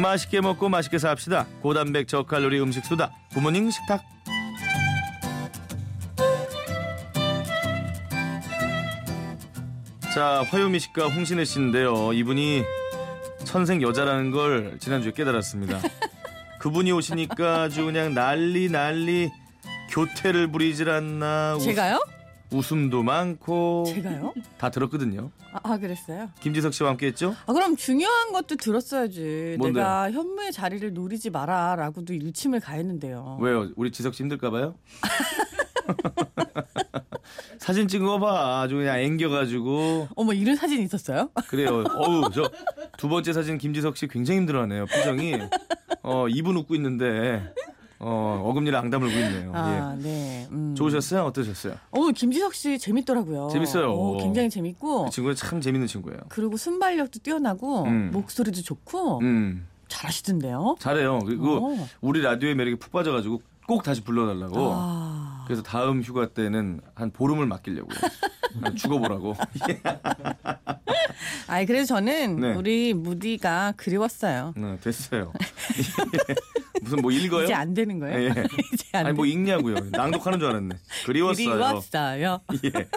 맛있게 먹고 맛있게 삽시다. 고단백 저칼로리 음식 수다. 부모님 식탁. 자, 화요미 식가 홍신혜 씨인데요. 이분이 천생 여자라는 걸 지난주에 깨달았습니다. 그분이 오시니까 아주 그냥 난리 난리 교태를 부리질 않나. 웃- 제가요? 웃음도 많고 제가요? 다 들었거든요. 아, 아, 그랬어요. 김지석 씨와 함께 했죠? 아 그럼 중요한 것도 들었어야지. 뭔데요? 내가 현무의 자리를 노리지 마라라고도 일침을 가했는데요. 어. 왜요? 우리 지석 씨 힘들까 봐요? 사진 찍은 거 봐. 아주 그냥 앵겨가지고. 어머 이런 사진 있었어요? 그래요. 어우, 저 두 번째 사진 김지석 씨 굉장히 힘들어하네요. 표정이. 어, 입은 웃고 있는데, 어, 어금니를 앙 다물고 있네요. 아 예. 네. 음. 좋으셨어요? 어떠셨어요? 어머 김지석 씨 재밌더라고요. 재밌어요. 어, 굉장히 재밌고 그 친구는 참 재밌는 친구예요. 그리고 순발력도 뛰어나고 음. 목소리도 좋고 음, 잘하시던데요. 잘해요. 그리고 어. 우리 라디오의 매력에 푹 빠져가지고 꼭 다시 불러달라고. 아. 그래서 다음 휴가 때는 한 보름을 맡기려고요. 죽어보라고. 예. 아니 그래서 저는 네. 우리 무디가 그리웠어요. 네, 됐어요. 예. 무슨 뭐 읽어요? 이제 안 되는 예. 거예요? 이제 안 아니 뭐 되- 읽냐고요. 낭독하는 줄 알았네. 그리웠어요. 그리웠어요. 예.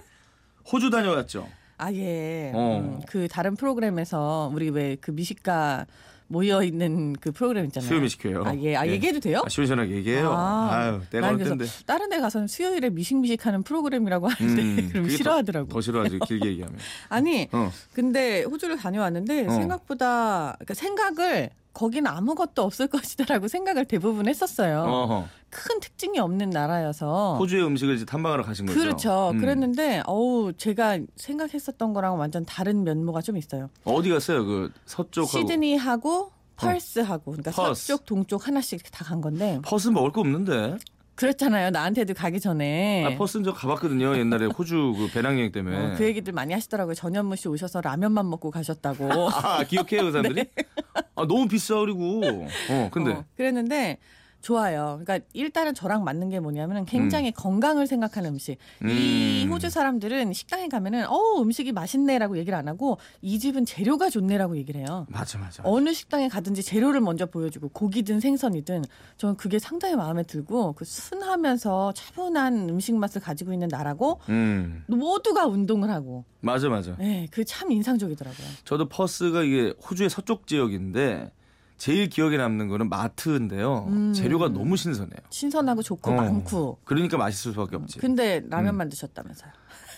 호주 다녀왔죠. 아 예. 어. 음, 그 다른 프로그램에서 우리 왜 그 미식가 모여 있는 그 프로그램 있잖아요. 수요미 식회요. 아 예. 아 예. 얘기해도 돼요? 아, 시원시원하게 얘기해요. 아, 유 때가 난 어을 그래서 텐데. 음, 다른 데 가서는 수요일에 미식미식하는 프로그램이라고 하는데 그럼 그게 더- 싫어하더라고. 더 싫어하지 길게 얘기하면. 아니 어. 근데 호주를 다녀왔는데 어. 생각보다 그러니까 생각을 거긴 아무것도 없을 것이다라고 생각을 대부분 했었어요. 어허. 큰 특징이 없는 나라여서 호주의 음식을 이제 탐방하러 가신 거죠. 그렇죠. 음. 그랬는데 어우 제가 생각했었던 거랑 완전 다른 면모가 좀 있어요. 어디 갔어요? 그 서쪽하고 시드니하고 펄스하고 그러니까 펄스. 서쪽 동쪽 하나씩 다 간 건데 퍼스 먹을 거 없는데. 그렇잖아요. 나한테도 가기 전에 아, 퍼스는 저 가봤거든요. 옛날에 호주 그 배낭 여행 때문에. 네. 어, 그 얘기들 많이 하시더라고요. 전현무 씨 오셔서 라면만 먹고 가셨다고. 아, 기억해요, 그 사람들이? 아, 너무 비싸 그리고. 어, 근데 네. 어, 그랬는데 좋아요. 그러니까 일단은 저랑 맞는 게 뭐냐면은 굉장히 건강을 생각하는 음식. 이 음. 호주 사람들은 식당에 가면은 어 음식이 맛있네라고 얘기를 안 하고 이 집은 재료가 좋네라고 얘기를 해요. 맞아 맞아. 어느 식당에 가든지 재료를 먼저 보여주고 고기든 생선이든 저는 그게 상당히 마음에 들고 그 순하면서 차분한 음식 맛을 가지고 있는 나라고 음. 모두가 운동을 하고 맞아 맞아. 네, 그 참 인상적이더라고요. 저도 퍼스가 이게 호주의 서쪽 지역인데 제일 기억에 남는 거는 마트인데요. 음. 재료가 너무 신선해요. 신선하고 좋고 어. 음. 많고 그러니까 맛있을 수밖에 없지. 근데 라면만 드셨다면서요.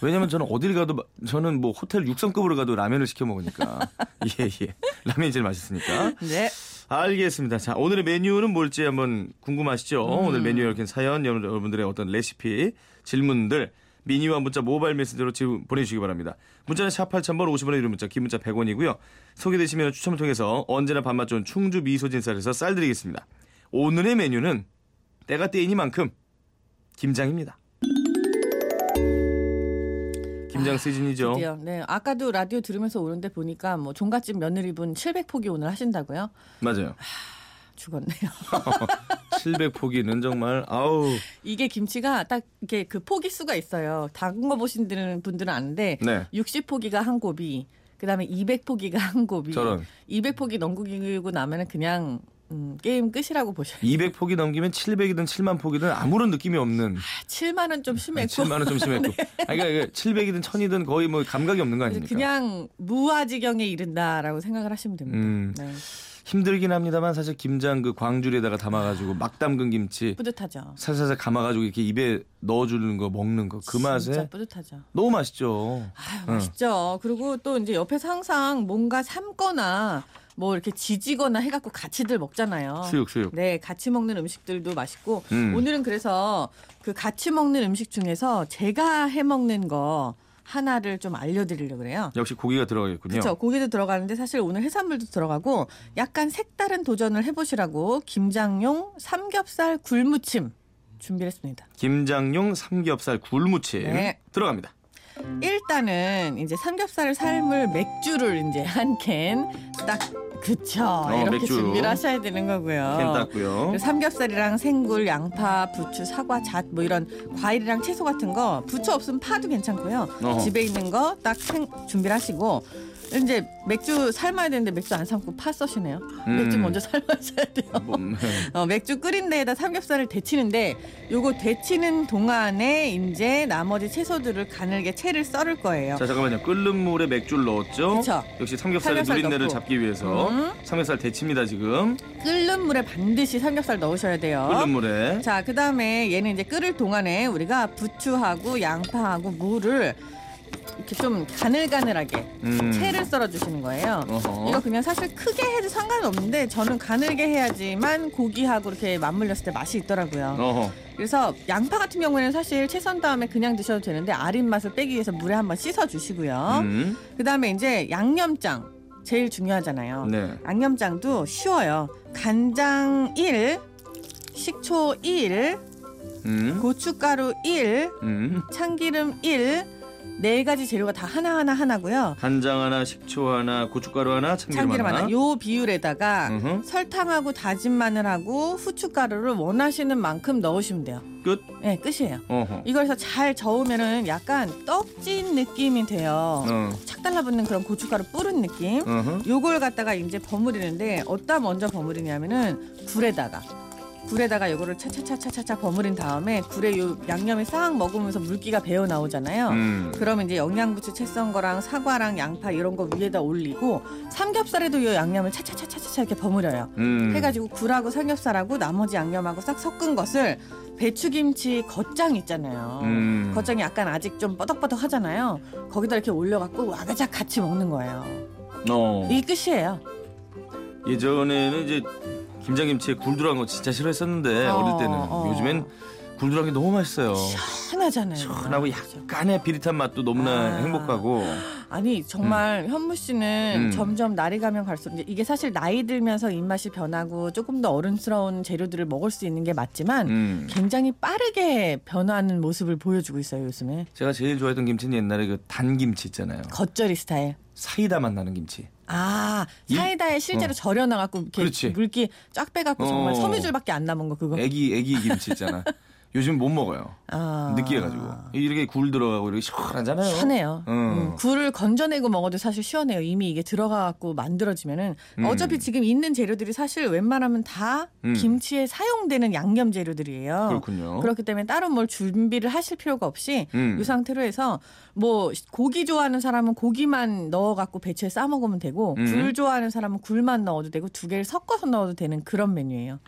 왜냐면 저는 어딜 가도 마- 저는 뭐 호텔 육성급으로 가도 라면을 시켜 먹으니까. 예 예. 라면이 제일 맛있으니까. 네. 알겠습니다. 자, 오늘의 메뉴는 뭘지 한번 궁금하시죠? 음. 오늘 메뉴에 얽힌 사연, 여러분- 여러분들의 어떤 레시피, 질문들, 미니와 문자 모바일 메시지로 지금 보내주시기 바랍니다. 문자는 샵 8000번, 50원의 유료 문자, 긴 문자 100원이고요. 소개되시면 추첨을 통해서 언제나 밥맛 좋은 충주 미소진 쌀에서 쌀 드리겠습니다. 오늘의 메뉴는 때가 때이니만큼 김장입니다. 김장 시즌이죠. 아, 드디어. 네. 아까도 라디오 들으면서 오는데 보니까 뭐 종갓집 며느리분 700포기 오늘 하신다고요? 맞아요. 죽었네요. 700포기는 정말 아우 이게 김치가 딱 이게 그 포기 수가 있어요. 담궈 보신 분들은 분들은 아는데 네. 60포기가 한 고비, 그다음에 200포기가 한 고비. 저런. 200포기 넘기고 나면은 그냥 음, 게임 끝이라고 보셔요. 200폭이 넘기면 700이든 7만 폭이든 아무런 느낌이 없는 7만 원 좀 심했고 7만 원 좀 심했고 아니, 그러니까 700이든 1000이든 거의 뭐 감각이 없는 거 네. 그래서 아닙니까? 그냥 무아지경에 이른다라고 생각을 하시면 됩니다. 음, 네. 힘들긴 합니다만 사실 김장 그 광주리에다가 담아가지고 막 담근 김치 뿌듯하죠. 살살살 감아가지고 이렇게 입에 넣어주는 거 먹는 거 그 진짜 맛에 뿌듯하죠. 너무 맛있죠. 아유, 응. 맛있죠. 그리고 또 이제 옆에서 항상 뭔가 삶거나 뭐 이렇게 지지거나 해갖고 같이들 먹잖아요. 수육 수육. 네, 같이 먹는 음식들도 맛있고 음. 오늘은 그래서 그 같이 먹는 음식 중에서 제가 해 먹는 거 하나를 좀 알려드리려고 그래요. 역시 고기가 들어가겠군요. 그렇죠. 고기도 들어가는데 사실 오늘 해산물도 들어가고 약간 색다른 도전을 해보시라고 김장용 삼겹살 굴무침 준비했습니다. 김장용 삼겹살 굴무침 네. 들어갑니다. 일단은 이제 삼겹살을 삶을 맥주를 이제 한 캔 딱 그쵸 이렇게 어, 맥주. 준비를 하셔야 되는 거고요. 캔 땄고요. 아. 그리고 삼겹살이랑 생굴, 양파, 부추, 사과, 잣 뭐 이런 과일이랑 채소 같은 거 부추 없으면 파도 괜찮고요. 어허. 집에 있는 거 딱 준비를 하시고 이제 맥주 삶아야 되는데 맥주 안 삶고 파 써시네요. 음. 맥주 먼저 삶아야 돼요. 뭐, 음, 어, 맥주 끓인 데에다 삼겹살을 데치는데 요거 데치는 동안에 이제 나머지 채소들을 가늘게 채를 썰을 거예요. 자 잠깐만요. 끓는 물에 맥주를 넣었죠. 그쵸. 역시 삼겹살의 삼겹살 누린내를 넣고. 잡기 위해서 음. 삼겹살 데칩니다 지금. 끓는 물에 반드시 삼겹살 넣으셔야 돼요. 끓는 물에. 자, 그 다음에 얘는 이제 끓을 동안에 우리가 부추하고 양파하고 무를 이렇게 좀 가늘가늘하게 음. 채를 썰어주시는 거예요. 어허. 이거 그냥 사실 크게 해도 상관은 없는데 저는 가늘게 해야지만 고기하고 이렇게 맞물렸을 때 맛이 있더라고요. 어허. 그래서 양파 같은 경우에는 사실 채 썬 다음에 그냥 드셔도 되는데 아린 맛을 빼기 위해서 물에 한번 씻어주시고요. 음. 그 다음에 이제 양념장 제일 중요하잖아요. 네. 양념장도 쉬워요. 간장 1, 식초 1, 음. 고춧가루 1, 음. 참기름 1, 네 가지 재료가 다 하나하나 하나고요. 간장 하나, 식초 하나, 고춧가루 하나, 참기름, 참기름 하나. 요 비율에다가 음흠. 설탕하고 다진 마늘하고 후춧가루를 원하시는 만큼 넣으시면 돼요. 끝. 네, 끝이에요. 어허. 이걸 해서 잘 저으면은 약간 떡진 느낌이 돼요. 어. 착 달라붙는 그런 고춧가루 뿌른 느낌. 어허. 요걸 갖다가 이제 버무리는데 어디다 먼저 버무리냐면은 굴에다가 굴에다가 요거를 차차차차차차 버무린 다음에 굴에 요 양념이 싹 먹으면서 물기가 배어 나오잖아요. 음. 그러면 이제 영양부추 채 썬 거랑 사과랑 양파 이런 거 위에다 올리고 삼겹살에도 요 양념을 차차차차차차 이렇게 버무려요. 음. 해가지고 굴하고 삼겹살하고 나머지 양념하고 싹 섞은 것을 배추김치 겉장 있잖아요. 음. 겉장이 약간 아직 좀 뻐덕뻐덕하잖아요. 거기다 이렇게 올려갖고 와가작 같이 먹는 거예요. 어. 이게 끝이에요. 예전에는 이제 김장김치에 굴들어간 거 진짜 싫어했었는데 어, 어, 릴 때는 어. 요즘엔 굴들어간 게 너무 맛있어요. 시원하잖아요. 시원하고 약간의 비릿한 맛도 너무나 네, 아. 행복하고 아니 정말 현무 씨는 음. 점점 날이 가면 갈수록 이제 이게 사실 나이 들면서 입맛이 변하고 조금 더 어른스러운 재료들을 먹을 수 있는 게 맞지만 음. 굉장히 빠르게 변화하는 모습을 보여주고 있어요 요즘에 제가 제일 좋아했던 김치는 옛날에 그 단김치 있잖아요. 겉절이 스타일. 사이다 맛 나는 김치. 아 사이다에 실제로 어. 절여 나갖고 이렇게 그렇지. 물기 쫙 빼갖고 정말 어. 섬유줄밖에 안 남은 거 그거. 애기 애기 김치 있잖아. 요즘 못 먹어요. 아. 느끼해가지고 이렇게 굴 들어가고 이렇게 시원하잖아요. 시원해요. 어. 음, 굴을 건져내고 먹어도 사실 시원해요. 이미 이게 들어가갖고 만들어지면은 음. 어차피 지금 있는 재료들이 사실 웬만하면 다 음. 김치에 사용되는 양념 재료들이에요. 그렇군요. 그렇기 때문에 따로 뭘 준비를 하실 필요가 없이 음. 이 상태로 해서 뭐 고기 좋아하는 사람은 고기만 넣어갖고 배추에 싸 먹으면 되고 음. 굴 좋아하는 사람은 굴만 넣어도 되고 두 개를 섞어서 넣어도 되는 그런 메뉴예요.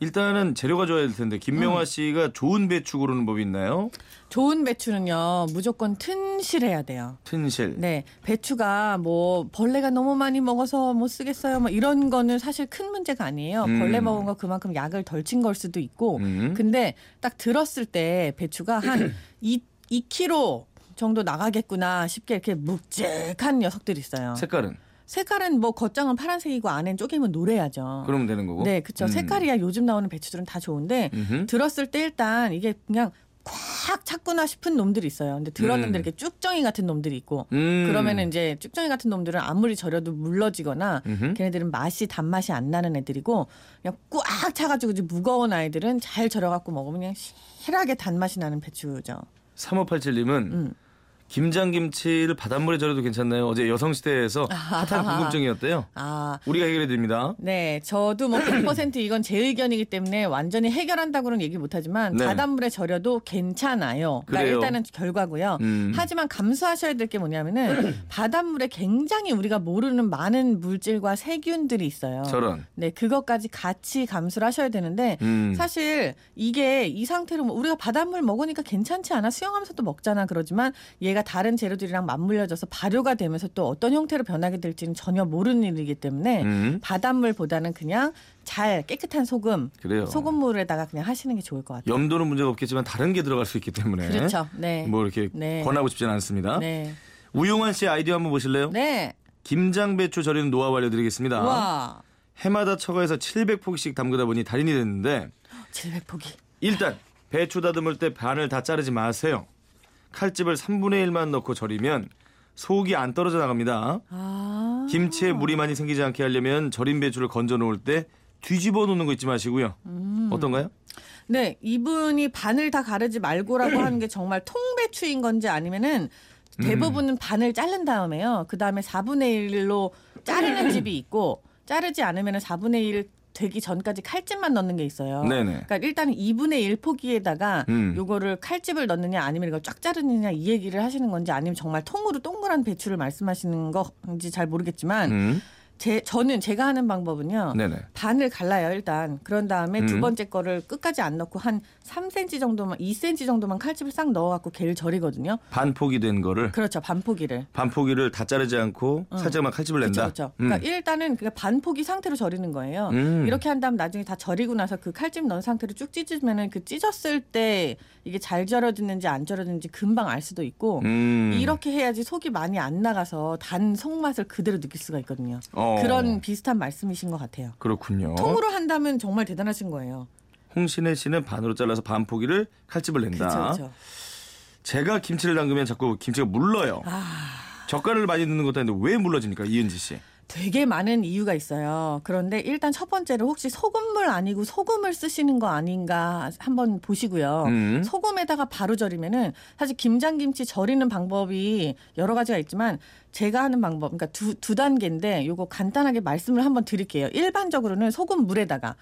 일단은 재료가 좋아야 될 텐데 김명화 음. 씨가 좋은 배추 고르는 법이 있나요? 좋은 배추는요 무조건 튼실해야 돼요. 튼실. 네, 배추가 뭐 벌레가 너무 많이 먹어서 못 쓰겠어요. 뭐 이런 거는 사실 큰 문제가 아니에요. 음. 벌레 먹은 거 그만큼 약을 덜 친 걸 수도 있고. 음. 근데 딱 들었을 때 배추가 한 2, 2kg 정도 나가겠구나 싶게 이렇게 묵직한 녀석들이 있어요. 색깔은 색깔은 뭐 겉장은 파란색이고 안엔 쪼개면 노래야죠. 그러면 되는 거고. 네, 그렇죠. 음. 색깔이야 요즘 나오는 배추들은 다 좋은데 음흠. 들었을 때 일단 이게 그냥 콱 찼구나 싶은 놈들이 있어요. 근데 음. 들었는데 이렇게 쭉정이 같은 놈들이 있고 음. 그러면은 이제 쭉정이 같은 놈들은 아무리 절여도 물러지거나 음흠. 걔네들은 맛이 단맛이 안 나는 애들이고 그냥 꽉 차가지고 이제 무거운 아이들은 잘 절여갖고 먹으면 그냥 실하게 단맛이 나는 배추죠. 3587님은 음. 김장김치를 바닷물에 절여도 괜찮나요? 어제 여성시대에서 핫한 궁금증이었대요. 아. 우리가 해결해 드립니다. 네, 저도 뭐100% 이건 제 의견이기 때문에 완전히 해결한다고는 얘기 못하지만 네. 바닷물에 절여도 괜찮아요. 그 그래요. 일단은 결과고요. 음. 하지만 감수하셔야 될 게 뭐냐면은 바닷물에 굉장히 우리가 모르는 많은 물질과 세균들이 있어요. 저런. 네, 그것까지 같이 감수를 하셔야 되는데 음. 사실 이게 이 상태로 뭐 우리가 바닷물 먹으니까 괜찮지 않아 수영하면서도 먹잖아 그러지만 얘가 다른 재료들이랑 맞물려져서 발효가 되면서 또 어떤 형태로 변하게 될지는 전혀 모르는 일이기 때문에 음. 바닷물보다는 그냥 잘 깨끗한 소금 그래요. 소금물에다가 그냥 하시는 게 좋을 것 같아요. 염도는 문제가 없겠지만 다른 게 들어갈 수 있기 때문에 그렇죠. 네. 예. 뭐 이렇게 네. 권하고 싶진 않습니다. 네. 우용환 씨의 아이디어 한번 보실래요? 네. 김장 배추 절이는 노하우 알려드리겠습니다. 와. 해마다 처가에서 700포기씩 담그다 보니 달인이 됐는데 700포기. 일단 배추 다듬을 때 반을 다 자르지 마세요. 칼집을 3분의 1만 넣고 절이면 속이 안 떨어져 나갑니다. 아. 김치에 물이 많이 생기지 않게 하려면 절인 배추를 건져 놓을 때 뒤집어 놓는 거 잊지 마시고요. 음. 어떤가요? 네, 이분이 반을 다 가르지 말고라고 하는 게 정말 통배추인 건지 아니면은 음. 대부분은 반을 자른 다음에요. 그 다음에 4분의 1로 자르는 음. 집이 있고 자르지 않으면 4분의 1 되기 전까지 칼집만 넣는 게 있어요. 네네. 그러니까 일단 2분의 1 포기에다가 음. 요거를 칼집을 넣느냐 아니면 이걸 쫙 자르느냐 이 얘기를 하시는 건지 아니면 정말 통으로 동그란 배추를 말씀하시는 건지 잘 모르겠지만 음. 제 저는 제가 하는 방법은요. 네네. 반을 갈라요 일단 그런 다음에 음. 두 번째 거를 끝까지 안 넣고 한 3cm 정도만 2cm 정도만 칼집을 싹 넣어갖고 걔를 절이거든요. 반포기 된 거를 그렇죠 반포기를. 반포기를 다 자르지 않고 살짝만 칼집을 낸다. 음. 그렇죠. 음. 그러니까 일단은 그냥 반포기 상태로 절이는 거예요. 음. 이렇게 한 다음 나중에 다 절이고 나서 그 칼집 넣은 상태로 쭉 찢으면은 그 찢었을 때 이게 잘 절여지는지 안 절여지는지 금방 알 수도 있고 음. 이렇게 해야지 속이 많이 안 나가서 단 속맛을 그대로 느낄 수가 있거든요. 어. 그런 비슷한 말씀이신 것 같아요. 그렇군요. 통으로 한다면 정말 대단하신 거예요. 홍신혜 씨는 반으로 잘라서 반포기를 칼집을 낸다. 그렇죠. 그렇죠. 제가 김치를 담그면 자꾸 김치가 물러요. 아. 젓갈을 많이 넣는 것도 아닌데 왜 물러집니까 이은지 씨? 되게 많은 이유가 있어요. 그런데 일단 첫 번째로 혹시 소금물 아니고 소금을 쓰시는 거 아닌가 한번 보시고요. 음. 소금에다가 바로 절이면은 사실 김장김치 절이는 방법이 여러 가지가 있지만 제가 하는 방법 그러니까 두, 두 단계인데 요거 간단하게 말씀을 한번 드릴게요. 일반적으로는 소금 물에다가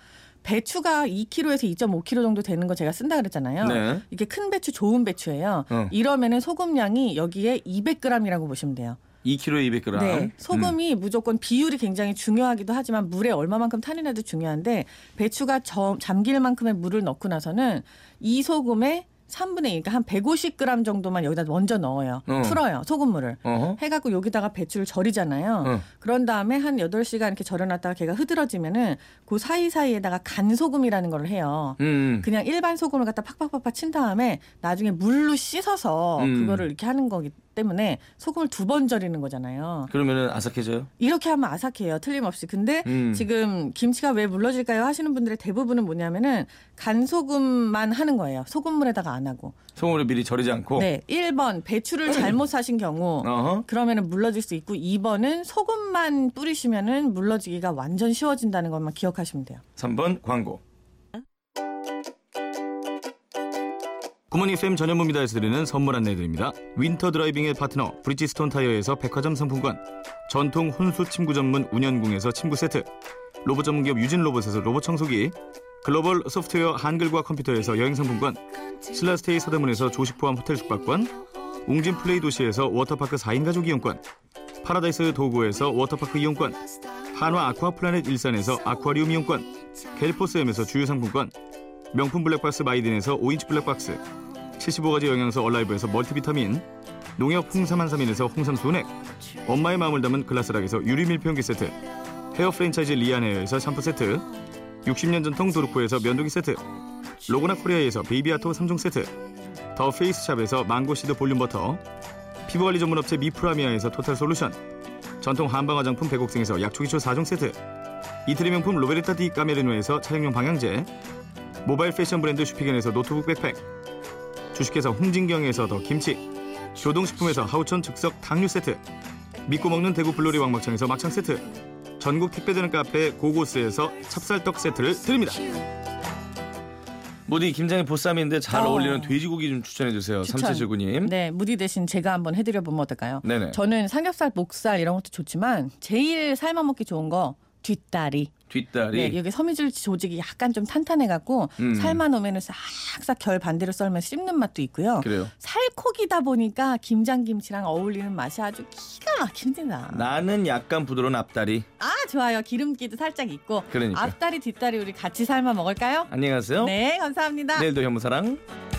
배추가 2kg에서 2.5kg 정도 되는 거 제가 쓴다 그랬잖아요. 네. 이게 큰 배추 좋은 배추예요. 어. 이러면은 소금량이 여기에 200g이라고 보시면 돼요. 2kg에 200g. 네, 소금이 음. 무조건 비율이 굉장히 중요하기도 하지만 물에 얼마만큼 탄이나도 중요한데 배추가 저- 잠길 만큼의 물을 넣고 나서는 이 소금에 3분의 1, 그러니까 한 150g 정도만 여기다 먼저 넣어요. 어. 풀어요, 소금물을. 음. 어허. 해갖고 여기다가 배추를 절이잖아요. 어. 그런 다음에 한 8시간 이렇게 절여놨다가 걔가 흐드러지면은 그 사이사이에다가 간소금이라는 걸 해요. 음. 그냥 일반 소금을 갖다 팍팍팍팍 친 다음에 나중에 물로 씻어서 음. 그거를 이렇게 하는 거기 때문에 소금을 두 번 절이는 거잖아요. 그러면은 아삭해져요? 이렇게 하면 아삭해요. 틀림없이. 근데 음. 지금 김치가 왜 물러질까요? 하시는 분들의 대부분은 뭐냐면은 간소금만 하는 거예요. 소금물에다가 안 하고. 소금을 미리 절이지 않고. 네. 1번 배추를 잘못 사신 경우 어. 어허. 그러면은 물러질 수 있고 2번은 소금만 뿌리시면은 물러지기가 완전 쉬워진다는 것만 기억하시면 돼요. 3번 광고. 구모닝 FM 전현무입니다에서 드리는 선물 안내드립니다. 윈터 드라이빙의 파트너 브릿지스톤 타이어에서 백화점 상품권, 전통 혼수 침구 전문 운현궁에서 침구 세트, 로봇 전문 기업 유진 로봇에서 로봇 청소기, 글로벌 소프트웨어 한글과 컴퓨터에서 여행 상품권, 신라스테이 서대문에서 조식 포함 호텔 숙박권, 웅진 플레이 도시에서 워터파크 4인 가족 이용권, 파라다이스 도구에서 워터파크 이용권, 한화 아쿠아플라넷 일산에서 아쿠아리움 이용권, 갤포스엠에서 주유 상품권, 명품 블랙박스 마이딘에서 5인치 블랙박스, 75가지 영양소 얼라이브에서 멀티비타민, 농협 홍삼 한삼인에서 홍삼 순액, 엄마의 마음을 담은 글라스락에서 유리 밀폐용기 세트, 헤어 프랜차이즈 리안헤어에서 샴푸 세트, 60년 전통 도르코에서 면도기 세트, 로고나 코리아에서 베이비아토 3종 세트, 더 페이스샵에서 망고시드 볼륨 버터, 피부관리 전문업체 미프라미아에서 토탈 솔루션, 전통 한방 화장품 백옥생에서 약초기초 4종 세트 이태리 명품 로베르타 디 까메르노에서 차량용 방향제 모바일 패션 브랜드 슈피겐에서 노트북 백팩 주식회사 홍진경에서 더 김치 조동식품에서 하우천 즉석 당류 세트 믿고 먹는 대구 블로리 왕막창에서 막창 세트 전국 택배되는 카페 고고스에서 찹쌀떡 세트를 드립니다 모디 김장의 보쌈인데 잘 어. 어울리는 돼지고기 좀 추천해 주세요 추천. 삼칠칠구님 네, 무디 대신 제가 한번 해드려 보면 어떨까요? 네네 저는 삼겹살, 목살 이런 것도 좋지만 제일 삶아 먹기 좋은 거 뒷다리. 뒷다리 네, 여기 섬유질 조직이 약간 좀 탄탄해갖고 음. 삶아 놓으면 싹싹 결 반대로 썰면 씹는 맛도 있고요. 그래요 살코기다 보니까 김장김치랑 어울리는 맛이 아주 기가 막힙니다. 나는 약간 부드러운 앞다리. 아 좋아요. 기름기도 살짝 있고 그러니까. 어? 앞다리 뒷다리 우리 같이 삶아 먹을까요? 안녕히 가세요. 네 감사합니다. 내일도 현무사랑.